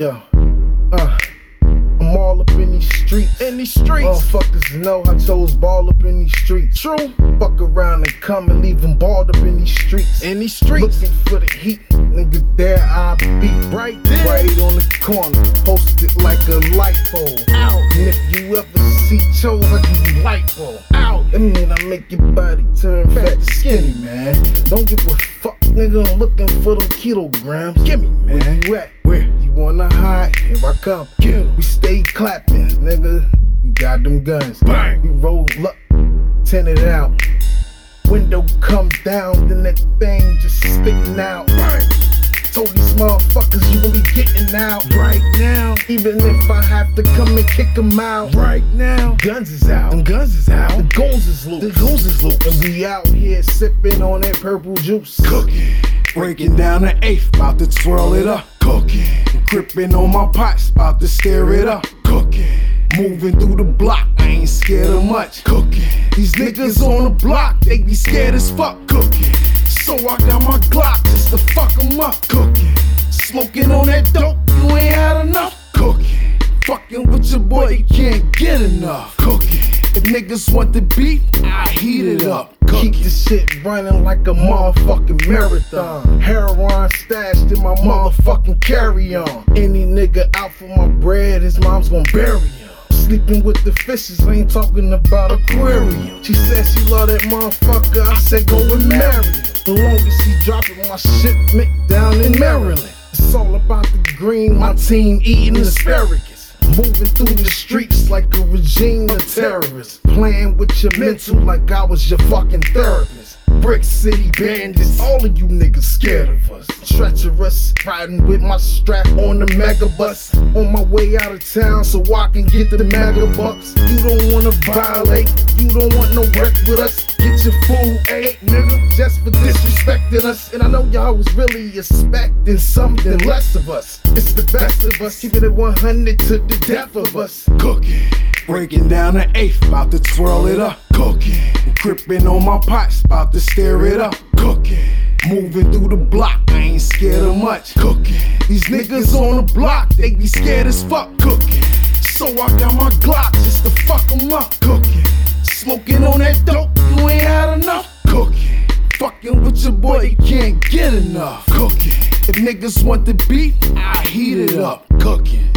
Uh, streets. In these streets. Motherfuckers know I chose ball up in these streets. True. Fuck around and come and leave them balled up in these streets. In these streets. Looking for the heat, nigga, there I be. Right there. Right on the corner, posted like a light pole. Out. And if you ever see chose, I give you light pole. Out. That mean I make your body turn fat to skinny, man. Don't give a fuck, nigga, I'm looking for them kilograms. Gimme, man. Where you at? Where you wanna hide? Here I come. Kill. We stay clapping, nigga. We got them guns. Bang. We roll up, ten it out. Window come down, then that thing just spitting out. Right. Told these motherfuckers you gonna be getting out Right now. Even if I have to come and kick 'em out. Right now. Guns is out. Them guns is The out. goons is The loose. goons is loose. And we out here sipping on that purple juice. Cooking. Breaking down the eighth, about to twirl it up. Cooking. Gripping on my pots, about to stir it up. Cooking. Moving through the block, I ain't scared of much. Cooking. These niggas on the block, they be scared as fuck. Cooking. So I got my Glock just to fuck 'em up. Cooking. Smoking on that dope, you ain't had enough. Cooking. Fucking with your boy, you can't get enough. Cooking. If niggas want the beat, I heat it up. Cooking. Keep this shit running like a motherfucking marathon. Heroin stashed in my motherfucking carry on. Any nigga out for my bread, his mom's gonna bury him. Sleeping with the fishes, ain't talking about aquarium. She said she love that motherfucker, I said go and marry him. The longest he dropping my shipment down in Maryland. It's all about the green, my team eating asparagus. Moving through the streets like a regime of terrorists. Playing with your mental like I was your fucking therapist. Brick City bandits, all of you niggas scared of us. Treacherous, riding with my strap on the mega bus. On my way out of town so I can get the mega bucks. You don't wanna violate, you don't want no wreck with us. Get your food ate, nigga, just for disrespecting us. And I know y'all was really expecting something less of us. It's the best of us, keeping it 100 to the death of us. Cooking. Breaking down the eighth, about to twirl it up. Cooking. Gripping on my pots, about to stir it up. Cooking. Moving through the block, I ain't scared of much. Cooking. These niggas on the block, they be scared as fuck. Cooking. So I got my Glock just to fuck 'em up. Cooking. Smoking on that dope, you ain't had enough. Cooking. Fucking with your boy, you can't get enough. Cooking. If niggas want the beat, I heat it up. Cooking.